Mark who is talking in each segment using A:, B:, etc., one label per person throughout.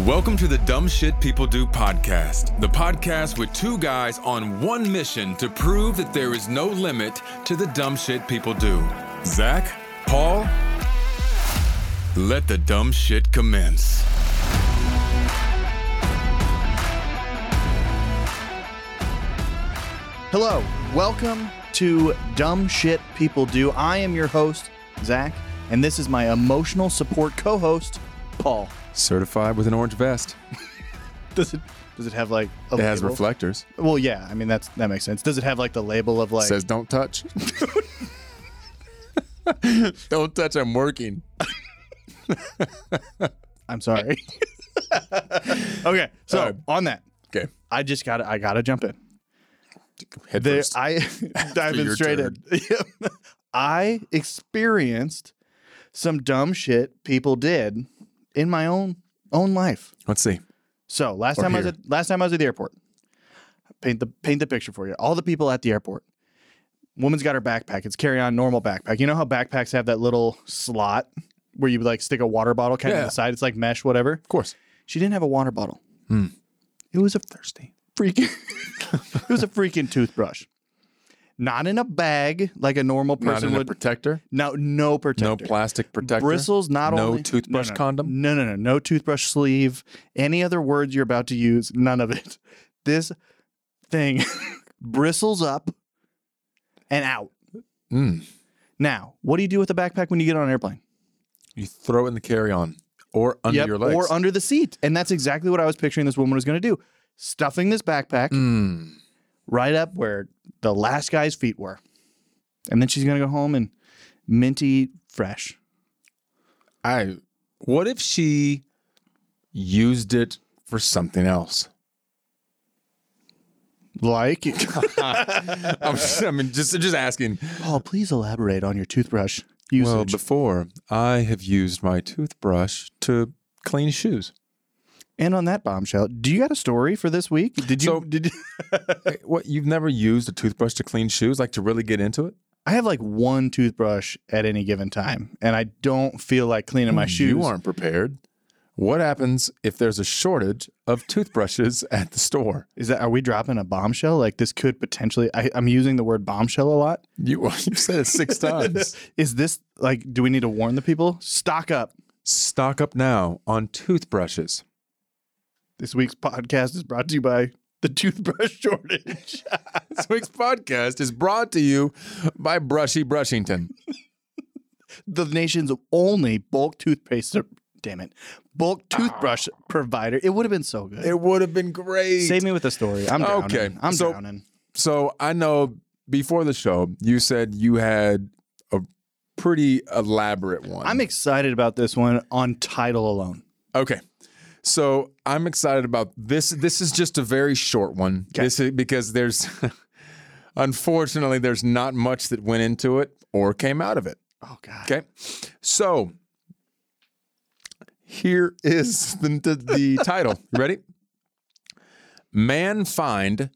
A: Welcome to the Dumb Shit People Do podcast, the podcast with two guys on one mission to prove that there is no limit to the dumb shit people do. Zach, Paul, let the dumb shit commence.
B: Hello, welcome to Dumb Shit People Do. I am your host, Zach, and this is my emotional support co host, Paul.
A: Certified with an orange vest.
B: Does it does it have like a
C: It has
B: label?
C: reflectors.
B: Well, yeah, I mean that's that makes sense. Does it have like the label of like
C: Says don't touch. don't touch. I'm working.
B: I'm sorry. okay, so
C: Uh,
B: on that,
C: Okay.
B: I just got to I got to jump in.
C: Head
B: There,
C: first.
B: I diving
C: your
B: straight in. Yep. I experienced some dumb shit people did in my own own life.
C: Let's see.
B: So last time I was
C: here.
B: at, last time I was at the airport. Paint the paint the picture for you. All the people at the airport. Woman's got her backpack. It's carry on normal backpack. You know how backpacks have that little slot where you like stick a water bottle kind of
C: Yeah.
B: on the side. It's like mesh, whatever.
C: Of course.
B: She didn't have a water bottle.
C: Hmm.
B: It was a thirsty freaking. it was a freaking toothbrush. Not in a bag like a normal
C: Not
B: person
C: in a
B: would.
C: protector.
B: no, no protector.
C: No plastic protector.
B: Bristles, not
C: no
B: only
C: toothbrush
B: no, no,
C: condom.
B: No, no, no, no toothbrush sleeve. Any other words you're about to use, none of it. This thing bristles up and out.
C: Mm.
B: Now, what do you do with a backpack when you get on an airplane?
C: You throw it in the carry-on or under
B: Yep,
C: your legs.
B: or under the seat, and that's exactly what I was picturing this woman was going to do: stuffing this backpack
C: Mm.
B: right up where the last guy's feet were, and then she's going to go home and minty fresh.
C: I. What if she used it for something else?
B: Like,
C: I'm just, I mean, just just asking.
B: Paul, please elaborate on your toothbrush usage.
C: Well, before I have used my toothbrush to clean shoes.
B: And on that bombshell, do you got a story for this week? Did you?
C: So-
B: did you-
C: Hey, What you've never used a toothbrush to clean shoes, like to really get into it?
B: I have like one toothbrush at any given time, and I don't feel like cleaning my shoes.
C: Hmm, You aren't prepared. What happens if there's a shortage of toothbrushes at the store?
B: Is that? Are we dropping a bombshell? Like this could potentially. I, I'm using the word bombshell a lot.
C: You you said it six times.
B: Is this like? Do we need to warn the people? Stock up.
C: Stock up now on toothbrushes.
B: This week's podcast is brought to you by the toothbrush shortage.
C: This week's podcast is brought to you by Brushy Brushington.
B: the nation's only bulk toothpaste. Damn it, bulk toothbrush
C: Ah.
B: provider. It would have been so good.
C: It would have been great.
B: Save me with a story. I'm drowning.
C: Okay,
B: I'm
C: so-
B: drowning.
C: So I know before the show you said you had a pretty elaborate one.
B: I'm excited about this one on title alone.
C: Okay. So I'm excited about this. This is just a very short one.
B: Okay.
C: This is because there's unfortunately there's not much that went into it or came out of it.
B: Oh God.
C: Okay. So here is the, the, the title. You ready? Man fined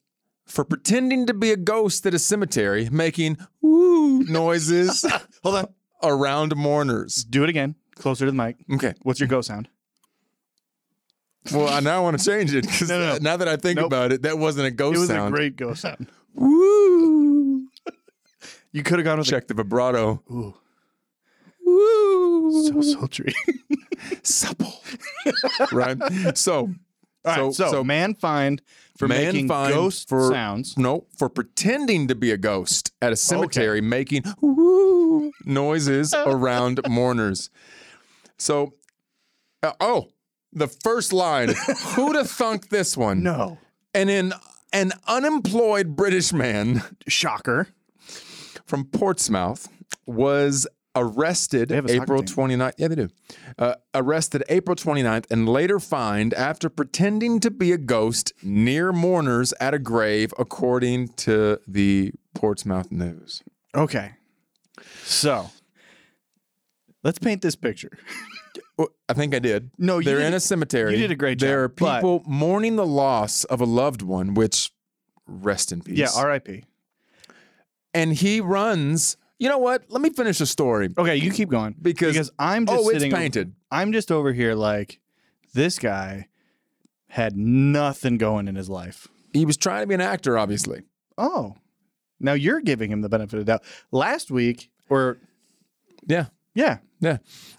C: for pretending to be a ghost at a cemetery, making woo noises
B: Hold on.
C: around mourners.
B: Do it again. Closer to the mic.
C: Okay.
B: What's your go sound?
C: Well, I now want to change it because
B: No, no, no.
C: now that I think
B: Nope.
C: about it, that wasn't a ghost
B: It was
C: sound.
B: a great go sound.
C: Woo!
B: You could have gone with
C: Check the vibrato.
B: A, ooh,
C: Woo!
B: so sultry.
C: supple. right. So,
B: All right. so, man fined for
C: Man
B: making
C: fined
B: ghost
C: for-
B: sounds.
C: no, for pretending to be a ghost at a cemetery, making woo noises around mourners. So, uh, oh, the first line. Who'd have thunk this one?
B: No.
C: And in an unemployed British man
B: Shocker.
C: from Portsmouth was arrested
B: They have a soccer
C: April
B: team.
C: 29th. Yeah, they do. Uh, arrested April 29th and later fined after pretending to be a ghost near mourners at a grave, according to the Portsmouth News.
B: Okay. So let's paint this picture.
C: Well, Oh, I think I did.
B: No, you
C: They're in
B: did-
C: a cemetery.
B: you did a great
C: There
B: job, but-
C: are people mourning the loss of a loved one, which rest in peace.
B: Yeah. R.I.P.
C: and he runs. You know what? Let me finish the story.
B: Okay. You keep going
C: Because-
B: because I'm just
C: Oh, it's
B: sitting.
C: painted.
B: I'm just over here like this guy had nothing going in his life.
C: He was trying to be an actor, obviously.
B: Oh, now you're giving him the benefit of the doubt. Last week, or
C: Yeah.
B: yeah,
C: Yeah.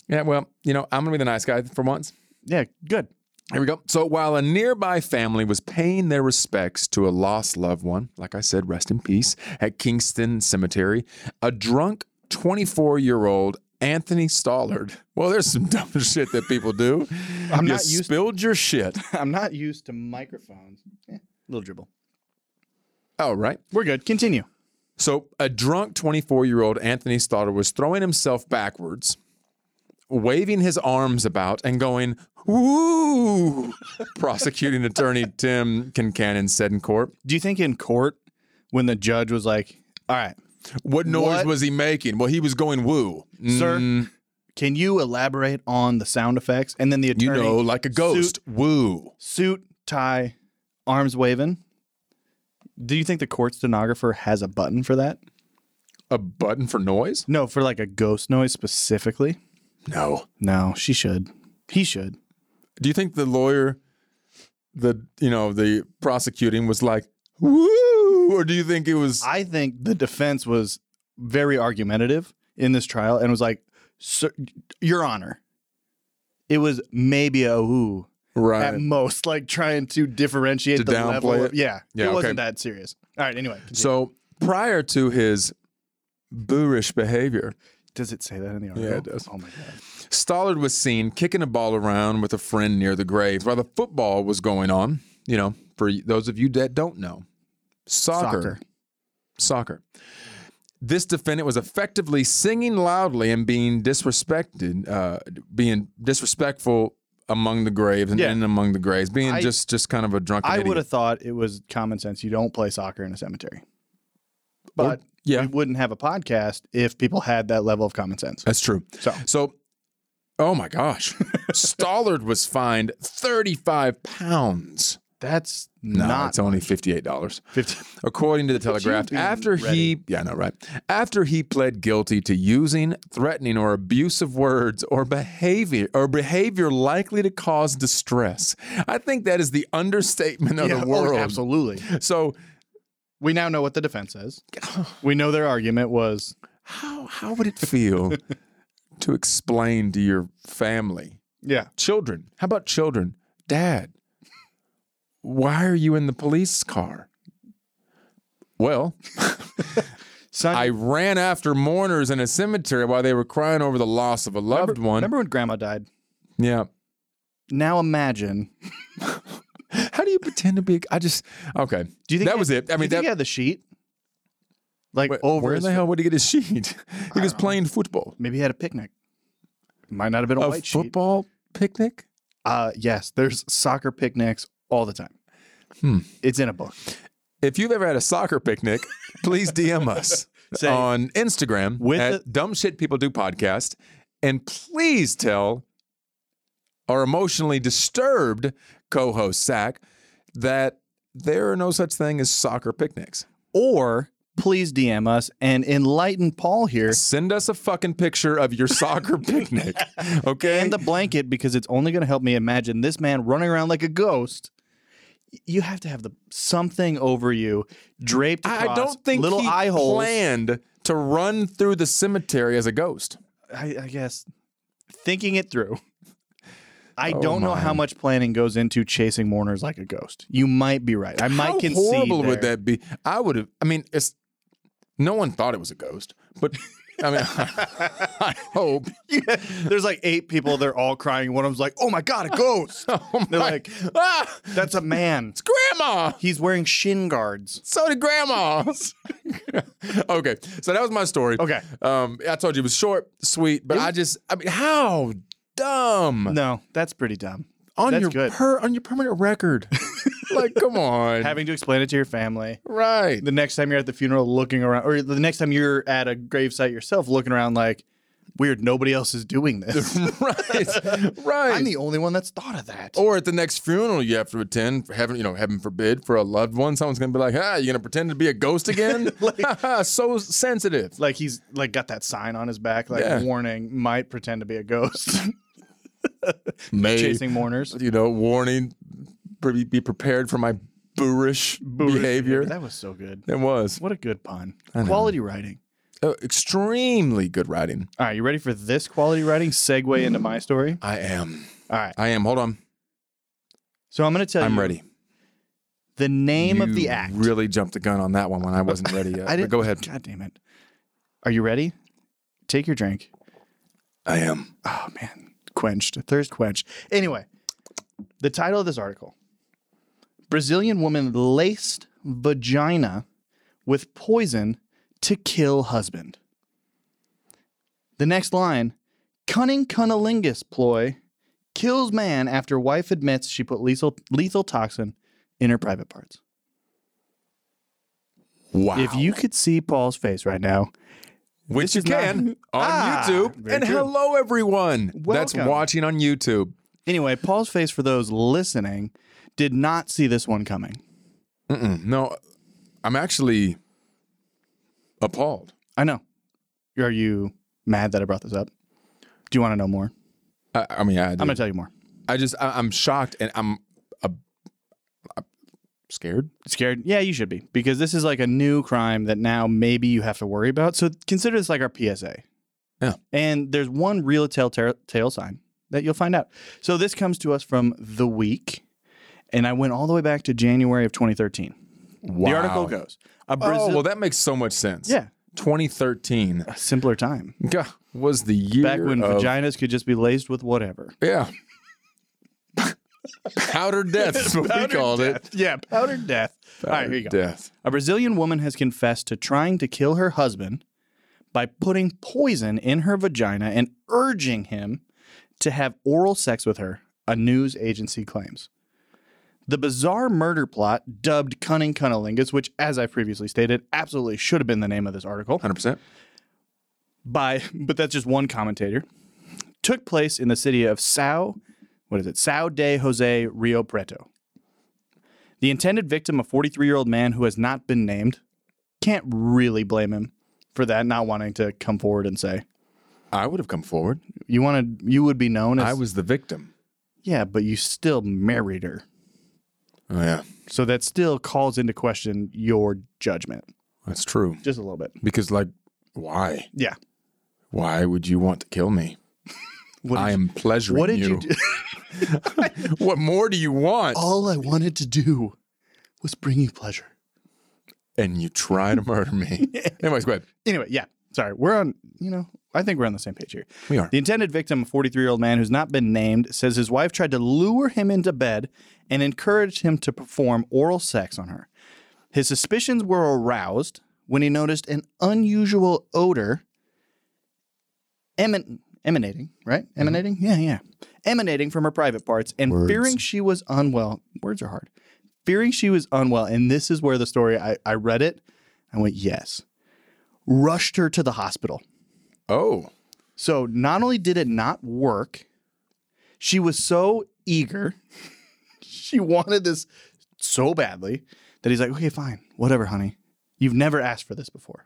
C: Yeah. Well, you know, I'm going to be the nice guy for once.
B: yeah, good.
C: Here we go. So while a nearby family was paying their respects to a lost loved one, like I said, rest in peace, at Kingston Cemetery, a drunk 24 year old Anthony Stollard. Well, there's some dumb shit that people do.
B: I'm
C: you
B: not used-
C: spilled your shit.
B: I'm not used to microphones. Eh, little dribble.
C: Oh, right.
B: We're good. Continue.
C: So, a drunk 24 year old Anthony Stoddard was throwing himself backwards, waving his arms about, and going, Woo! Prosecuting attorney Tim Kincannon said in court.
B: Do you think in court when the judge was like, "All right,
C: What noise
B: What?
C: was he making? Well, he was going woo.
B: sir,
C: Mm,
B: can you elaborate on the sound effects?" and then the
C: you
B: attorney,
C: know, like a ghost. Woo.
B: suit, tie, arms waving. Do you think the court stenographer has a button for that?
C: A button for noise?
B: No, for like a ghost noise specifically.
C: No.
B: No, she should. He should.
C: Do you think the lawyer, the, you know, the prosecuting was like, Woo? Or do you think it was.
B: I think the defense was very argumentative in this trial and was like, Sir, Your Honor, it was maybe a who
C: right.
B: at most, like trying to differentiate
C: To
B: the level.
C: downplay
B: Of,
C: it?
B: yeah,
C: Yeah,
B: it
C: okay.
B: wasn't that serious. All right, anyway. continue.
C: So prior to his boorish behavior,
B: does it say that in the article?
C: it does.
B: Oh my god.
C: Stollard was seen kicking a ball around with a friend near the grave while the football was going on. You know, for those of you that don't know, soccer.
B: Soccer.
C: Soccer. This defendant was effectively singing loudly and being disrespected, uh, being disrespectful among the graves and
B: Yeah.
C: in among the graves, being
B: I-
C: just just kind of a drunken
B: I
C: idiot.
B: would have thought it was common sense. You don't play soccer in a cemetery.
C: Or-
B: But
C: yeah,
B: we wouldn't have a podcast if people had that level of common sense.
C: That's true.
B: So-
C: oh my gosh, Stollard was fined thirty-five pounds.
B: That's
C: No,
B: not
C: it's only fifty-eight dollars,
B: 50.
C: according to the
B: at you
C: Telegraph.
B: being
C: After he,
B: ready.
C: yeah, no, right. After he pled guilty to using, threatening, or abusive words or behavior or behavior likely to cause distress. I think that is the understatement of
B: Yeah,
C: the
B: oh,
C: world.
B: absolutely.
C: So
B: We now know what the defense says. We know their argument was
C: how how would it feel to explain to your family?
B: yeah.
C: Children. How about children? Dad, why are you in the police car? Well,
B: Son,
C: I ran after mourners in a cemetery while they were crying over the loss of a loved one.
B: remember when grandma died?
C: Yeah.
B: Now imagine.
C: How do you pretend to be? I just okay.
B: Do you think
C: that
B: he-
C: was it? I
B: do you think
C: mean, that
B: he had the sheet? Like
C: wait,
B: over
C: where
B: his-
C: the hell would he get his sheet? He was playing football.
B: maybe he had a picnic. Might not have been a,
C: A
B: white sheet.
C: football picnic.
B: Uh yes, there's soccer picnics all the time.
C: Hmm.
B: It's in a book.
C: If you've ever had a soccer picnic, please DM us
B: Say-
C: on Instagram
B: With
C: at
B: the-
C: Dumb Shit People Do Podcast, and please tell our emotionally disturbed co-host Sack that there are no such thing as soccer picnics.
B: Or please DM us and enlighten Paul here
C: Send us a fucking picture of your soccer picnic, okay?
B: and the blanket because it's only going to help me imagine this man running around like a ghost. Y- You have to have the something over you draped.
C: I I
B: Across,
C: don't think
B: little
C: he
B: eye holes.
C: planned to run through the cemetery as a ghost.
B: I, I guess thinking it through. I
C: Oh
B: don't know how
C: my.
B: much planning goes into chasing mourners like a ghost. You might be right. I might
C: How
B: concede.
C: horrible would
B: there.
C: that be? I would have. I mean, it's no one thought it was a ghost, but I mean, I hope.
B: There's like eight people. They're all crying. One of them's like, "Oh my god, a ghost!
C: Oh
B: They're
C: my-
B: like-
C: ah,
B: That's a man.
C: it's grandma.
B: He's wearing shin guards."
C: So did grandmas. okay, so that was my story.
B: Okay.
C: um, I told you it was short, sweet, but I just, I mean, how dumb
B: No, that's pretty
C: Um,
B: dumb.
C: on
B: that's
C: your
B: good.
C: per on your permanent record. like, come on,
B: Having to explain it to your family.
C: right?
B: the next time you're at the funeral looking around or the next time you're at a gravesite yourself looking around like weird nobody else is doing this
C: right, right.
B: i'm the only one that's thought of that
C: Or at the next funeral you have to attend, for heaven, you know, heaven forbid, for a loved one, someone's gonna be like, "Ah, you gonna pretend to be a ghost again?" so sensitive.
B: like he's like got that sign on his back like
C: Yeah.
B: warning might pretend to be a ghost
C: May,
B: chasing mourners
C: you know, warning, pre- be prepared for my boorish, behavior.
B: That was so good.
C: It was
B: What a good pun.
C: know.
B: Quality writing.
C: Uh, extremely good writing.
B: All right, you ready for this quality writing segue into my story?
C: I am.
B: All right.
C: I am. Hold on.
B: So I'm going to tell
C: I'm
B: you
C: ready.
B: the name of
C: You
B: the act.
C: Really jumped the gun on that one when I wasn't ready yet.
B: I
C: but
B: didn't-
C: go ahead.
B: God damn it. Are you ready? Take your drink.
C: I am.
B: Oh man, quenched. Thirst quenched. Anyway, the title of this article. Brazilian woman laced vagina with poison to kill husband. The next line, cunning cunnilingus ploy kills man after wife admits she put lethal, lethal toxin in her private parts.
C: Wow.
B: If you could see Paul's face right now,
C: Which you
B: is not-
C: can on
B: Ah,
C: YouTube.
B: very
C: And
B: true.
C: hello, everyone that's
B: Welcome.
C: watching on YouTube.
B: anyway, Paul's face for those listening did not see this one coming.
C: Mm-mm. No, I'm actually appalled.
B: I know. Are you mad that I brought this up? Do you want to know more?
C: I, I mean, I, do.
B: I'm going to tell you more.
C: I just, I, I'm shocked and I'm, uh, I'm scared.
B: Scared? Yeah, you should be because this is like a new crime that now maybe you have to worry about. So consider this like our PSA.
C: Yeah.
B: And there's one real telltale tale sign that you'll find out. So this comes to us from The Week, and I went all the way back to January of 2013.
C: Wow.
B: The article goes a Brazil,
C: Oh, well, that makes so much sense.
B: yeah,
C: 2013
B: a simpler time
C: Gah, was the year
B: back when
C: of-
B: vaginas could just be laced with whatever.
C: Yeah. Powder death is what we called it.
B: Yeah, powdered death. all right,
C: Powdered
B: here you go.
C: Death.
B: A Brazilian woman has confessed to trying to kill her husband by putting poison in her vagina and urging him to have oral sex with her, a news agency claims. The bizarre murder plot, dubbed Cunning Cunnilingus, which, as I previously stated, absolutely should have been the name of this article,
C: 100%.
B: by but that's just one commentator, took place in the city of Sao, what is it? Sao de Jose Rio Preto. The intended victim, a 43 year old man who has not been named, can't really blame him for that, not wanting to come forward and say,
C: I would have come forward.
B: you wanted, you would be known as,
C: I was the victim.
B: yeah, but you still married her.
C: Oh, yeah.
B: So that still calls into question your judgment,
C: That's true.
B: just a little bit.
C: Because, like, why?
B: Yeah.
C: Why would you want to kill me?
B: What did
C: I
B: you-
C: am pleasuring
B: what did you Oh. do?
C: what more do you want?
B: All I wanted to do was bring you pleasure.
C: And you try to murder me. Anyways, go ahead.
B: anyway, yeah. Sorry, we're on. You know, I think we're on the same page here.
C: We are.
B: The intended victim, a 43 year old man who's not been named, says his wife tried to lure him into bed and encouraged him to perform oral sex on her. His suspicions were aroused when he noticed an unusual odor emin- emanating, right? Emanating? Yeah, yeah. Emanating from her private parts and
C: Words.
B: fearing she was unwell. Words are hard. Fearing she was unwell. And this is where the story, I, I read it. I went, yes. Rushed her to the hospital.
C: Oh,
B: So not only did it not work, she was so eager. she wanted this so badly that he's like, okay, fine, whatever, honey. You've never asked for this before.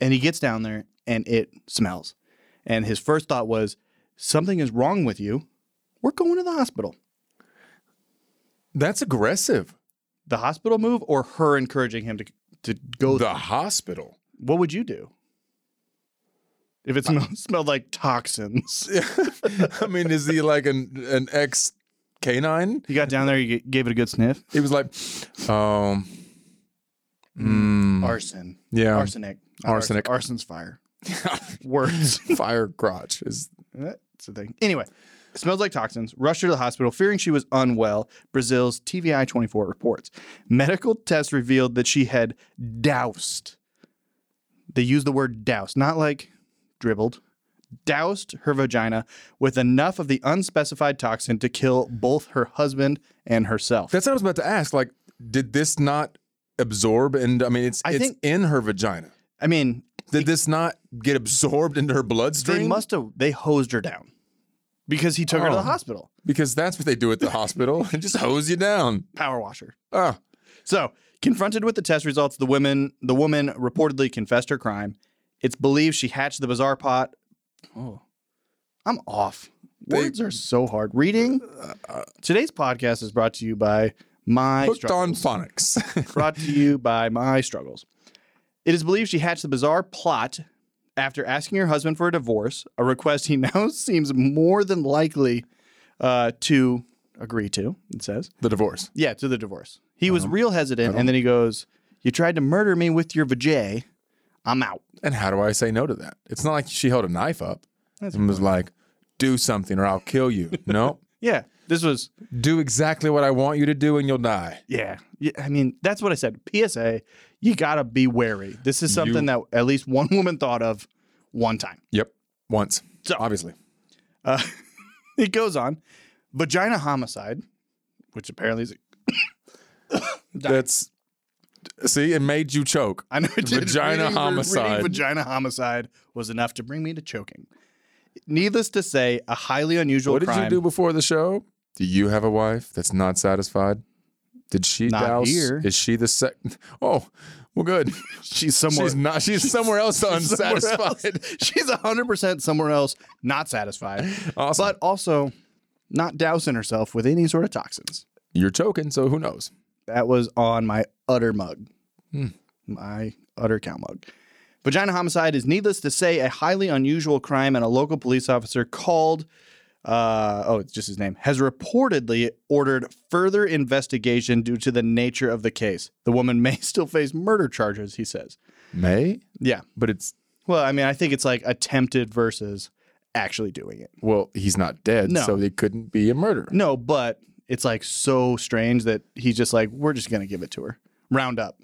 B: And he gets down there and it smells. And his first thought was, something is wrong with you. We're going to the hospital.
C: that's aggressive.
B: The hospital move or her encouraging him to, to go
C: The hospital.
B: What would you do? If it smelled, smelled like toxins.
C: I mean, is he like an, an ex canine?
B: You got down there, you g- gave it a good sniff.
C: He was like, um, mm,
B: Arson.
C: yeah,
B: Arsenic. Not
C: Arsenic.
B: Arson's fire. Words.
C: fire crotch is
B: That's the thing. Anyway, smells like toxins. Rushed her to the hospital, fearing she was unwell. Brazil's TVI 24 reports. Medical tests revealed that she had doused. They use the word doused, not like dribbled. Doused her vagina with enough of the unspecified toxin to kill both her husband and herself.
C: that's what I was about to ask. Like, did this not absorb? And I mean, it's
B: I
C: it's
B: think-
C: in her vagina.
B: I mean,
C: Did this not get absorbed into her
B: they
C: bloodstream?
B: must have. They hosed her down because he took her to
C: Oh.
B: the hospital.
C: because that's what they do at the hospital. They just hose you down.
B: Power washer.
C: Ah,
B: So, confronted with the test results, the woman the woman reportedly confessed her crime. It's believed she hatched the bizarre pot. Oh, I'm off. Words are so hard. Reading.
C: Uh,
B: Today's podcast is brought to you by my
C: Hooked
B: struggles.
C: on phonics.
B: brought to you by my struggles. It is believed she hatched the bizarre plot after asking her husband for a divorce, a request he now seems more than likely uh, to agree to. It says,
C: the divorce.
B: "Yeah, to the divorce." He was real hesitant, and then he goes, "You tried to murder me with your vajay. I'm out."
C: And how do I say no to that? It's not like she held a knife up and was like, do something or I'll kill you. no.
B: Yeah, this was
C: Do exactly what I want you to do and you'll die.
B: Yeah. yeah. I mean, that's what I said. PSA, you got to be wary. This is something that at least one woman thought of one time.
C: Yep. Once. Obviously.
B: It goes on vagina homicide, which apparently is.
C: That's see, it made you choke.
B: I know it did.
C: Vagina
B: Reading- reading
C: homicide.
B: vagina homicide was enough to bring me to choking. Needless to say, a highly unusual
C: What did
B: crime.
C: you do before the show? Do you have a wife that's not satisfied? Did she
B: Not
C: douse?
B: here.
C: Is she the sec Oh, well good.
B: She's somewhere.
C: She's not she's somewhere else
B: somewhere else.
C: unsatisfied.
B: She's 100% somewhere else, not satisfied,
C: Awesome.
B: but also not dousing herself with any sort of toxins.
C: You're choking, so who knows?
B: That was on my utter mug. Hmm. My utter cow mug. Vagina homicide is needless to say a highly unusual crime, and a local police officer called, uh, oh, it's just his name, has reportedly ordered further investigation due to the nature of the case. The woman may still face murder charges, he says.
C: May?
B: Yeah.
C: But it's
B: Well, I mean, I think it's like attempted versus actually doing it.
C: well, he's not dead,
B: No.
C: so it couldn't be a murder.
B: No, but it's like so strange that he's just like, we're just gonna give it to her. Round up.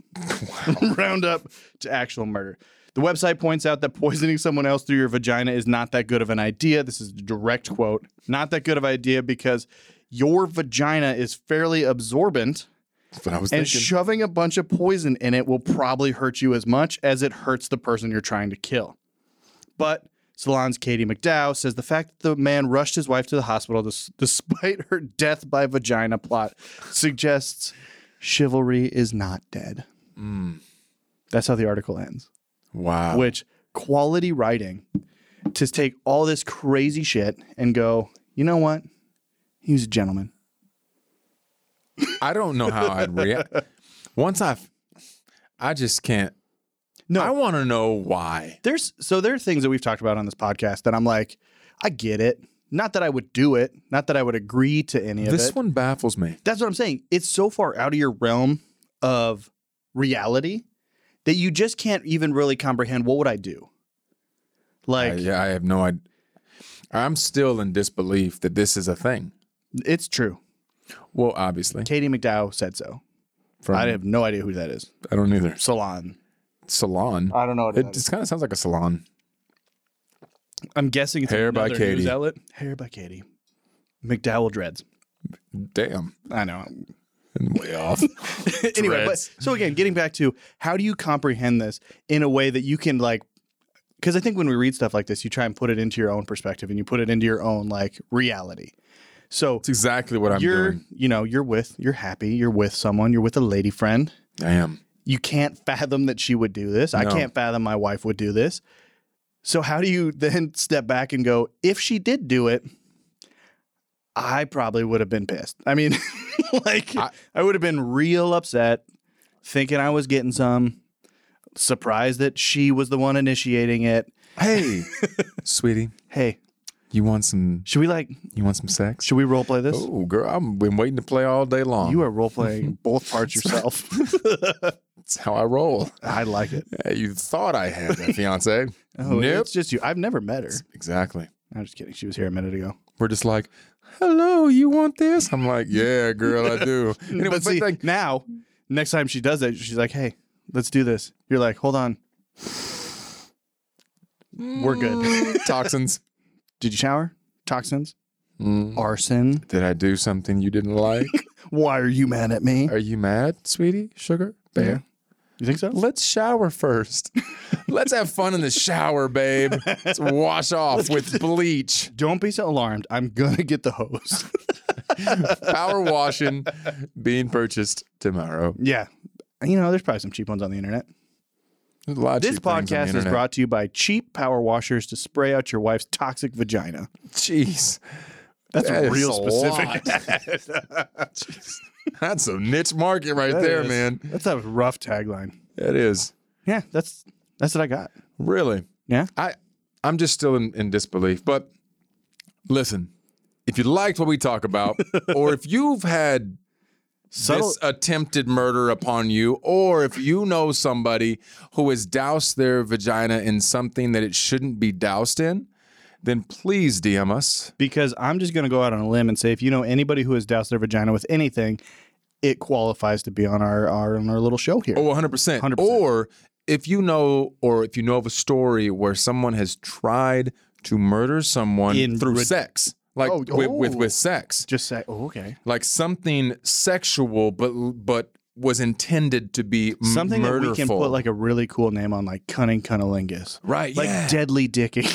B: Round up to actual murder. The website points out that poisoning someone else through your vagina is not that good of an idea. This is a direct quote. Not that good of idea because your vagina is fairly absorbent
C: That's what I was
B: and
C: thinking.
B: shoving a bunch of poison in it will probably hurt you as much as it hurts the person you're trying to kill. But Salon's Katie McDowell says the fact that the man rushed his wife to the hospital dis- despite her death by vagina plot suggests chivalry is not dead. That's how the article ends
C: Mm. wow.
B: which quality writing to take all this crazy shit and go, you know what? He was a gentleman.
C: I don't know how I'd react. Once I've, I just can't.
B: No.
C: I want to know why.
B: There's so there are things that we've talked about on this podcast that I'm like, I get it. Not that I would do it, not that I would agree to any of
C: This
B: it.
C: one baffles me.
B: That's what I'm saying. It's so far out of your realm of reality that you just can't even really comprehend what would I do? Like
C: I, yeah, I have no idea. I'm still in disbelief that this is a thing.
B: it's true.
C: Well, obviously,
B: Katie McDowell said so.
C: from,
B: I have no idea who that is.
C: I don't either.
B: Salon.
C: Salon.
B: I don't know what
C: It just kind of sounds like a salon.
B: I'm guessing it's
C: Hair by
B: another news
C: Katie.
B: outlet. Hair by Katie. McDowell dreads.
C: Damn,
B: I know.
C: and way off.
B: anyway, but
C: Dreads.
B: so again, getting back to how do you comprehend this in a way that you can like because I think when we read stuff like this, you try and put it into your own perspective and you put it into your own like reality. So
C: It's exactly what I'm
B: you're,
C: doing.
B: you know, you're with, you're happy, you're with someone, you're with a lady friend.
C: Damn.
B: You can't fathom that she would do this. I
C: No.
B: can't fathom my wife would do this. So how do you then step back and go, if she did do it, I probably would have been pissed. I mean, like I,
C: I-
B: would have been real upset thinking I was getting some, surprised that she was the one initiating it.
C: Hey, sweetie,
B: Hey,
C: you want some?
B: should we like
C: You want some sex?
B: should we role play this?
C: Oh, girl, I've been waiting to play all day long.
B: You are role playing both parts yourself.
C: That's how I roll.
B: I like it.
C: Hey, you thought I had a fiance.
B: Oh,
C: nope.
B: it's just you. I've never met her.
C: Exactly.
B: I'm just kidding. She was here a minute ago.
C: We're just like, hello, you want this? I'm like, yeah, girl, I do. Anyway,
B: but
C: but
B: see,
C: like,
B: now, next time she does it, she's like, "Hey, let's do this." You're like, "Hold on, we're good."
C: "Mm, toxins.
B: Did you shower? Toxins?
C: Mm.
B: Arson?
C: Did I do something you didn't like?
B: Why are you mad at me?
C: Are you mad, sweetie? Sugar? Bear?
B: You think so?
C: Let's shower first. Let's have fun in the shower, babe. Let's wash off with bleach.
B: Don't be so alarmed. I'm gonna get the hose.
C: Power washing being purchased tomorrow.
B: yeah, you know, there's probably some cheap ones on the internet.
C: There's a lot of
B: This
C: cheap things on the
B: podcast is
C: internet.
B: brought to you by cheap power washers to spray out your wife's toxic vagina.
C: Jeez.
B: That's
C: That is
B: real
C: a
B: specific.
C: That's a niche market right
B: That
C: there,
B: is-
C: man.
B: That's a rough tagline.
C: It is.
B: Yeah, that's that's what I got.
C: Really?
B: Yeah.
C: I I'm just still in, in disbelief. But listen, if you liked what we talk about, or if you've had
B: Subtle
C: this attempted murder upon you, or if you know somebody who has doused their vagina in something that it shouldn't be doused in, then please DM us.
B: because I'm just going to go out on a limb and say if you know anybody who has doused their vagina with anything, it qualifies to be on our our, on our little show here.
C: Oh, 100%.
B: 100%.
C: Or if you know, or if you know of a story where someone has tried to murder someone
B: In
C: through
B: rid-
C: sex, like
B: Oh,
C: with, with
B: oh.
C: with sex,
B: Just say, oh, okay.
C: like something sexual, but but was intended to be m-
B: Something
C: murderful.
B: that we can put like a really cool name on, like cunning cunnilingus,
C: right,
B: like
C: yeah.
B: deadly dicking,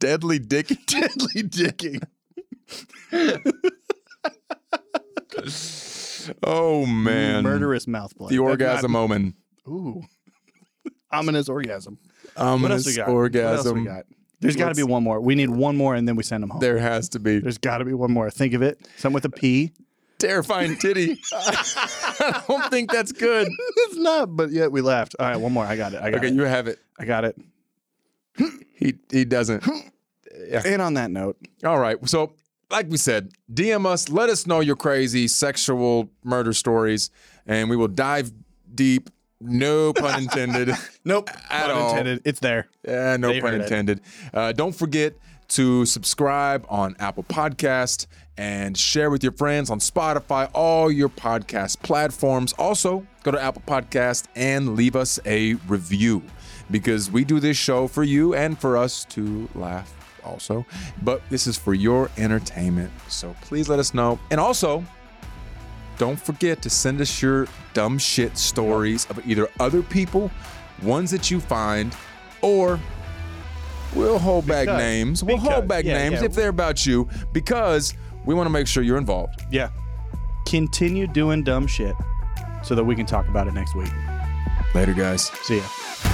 C: deadly dick.
B: deadly dicking.
C: Oh man,
B: murderous mouth play.
C: the
B: That's
C: orgasm omen.
B: not- ooh, ominous orgasm. What else we
C: Ominous
B: got? What else
C: orgasm.
B: we got? There's got to be one more. We need one more, and then we send them home.
C: There has to be
B: There's got to be one more. Think of it. Something with a P.
C: terrifying titty. I don't think that's good.
B: it's not, but yet we laughed. All right, one more. I got it. I got
C: Okay,
B: it.
C: you have it.
B: I got it.
C: He he doesn't.
B: And on that note,
C: All right. So, like we said, DM us, let us know your crazy sexual murder stories, and we will dive deep. No pun intended.
B: nope.
C: At
B: Not
C: all.
B: intended. It's there.
C: Eh, no
B: They
C: pun
B: heard it.
C: intended. Uh, don't forget to subscribe on Apple Podcast and share with your friends on Spotify, all your podcast platforms. Also, go to Apple Podcast and leave us a review because we do this show for you and for us to laugh also. But this is for your entertainment. So please let us know. And also, don't forget to send us your dumb shit stories of either other people, ones that you find, or we'll hold back
B: Because-
C: names. We'll hold
B: because-
C: back
B: yeah,
C: names
B: yeah.
C: if they're about you because we want to make sure you're involved.
B: Yeah. Continue doing dumb shit so that we can talk about it next week.
C: Later, guys.
B: See ya.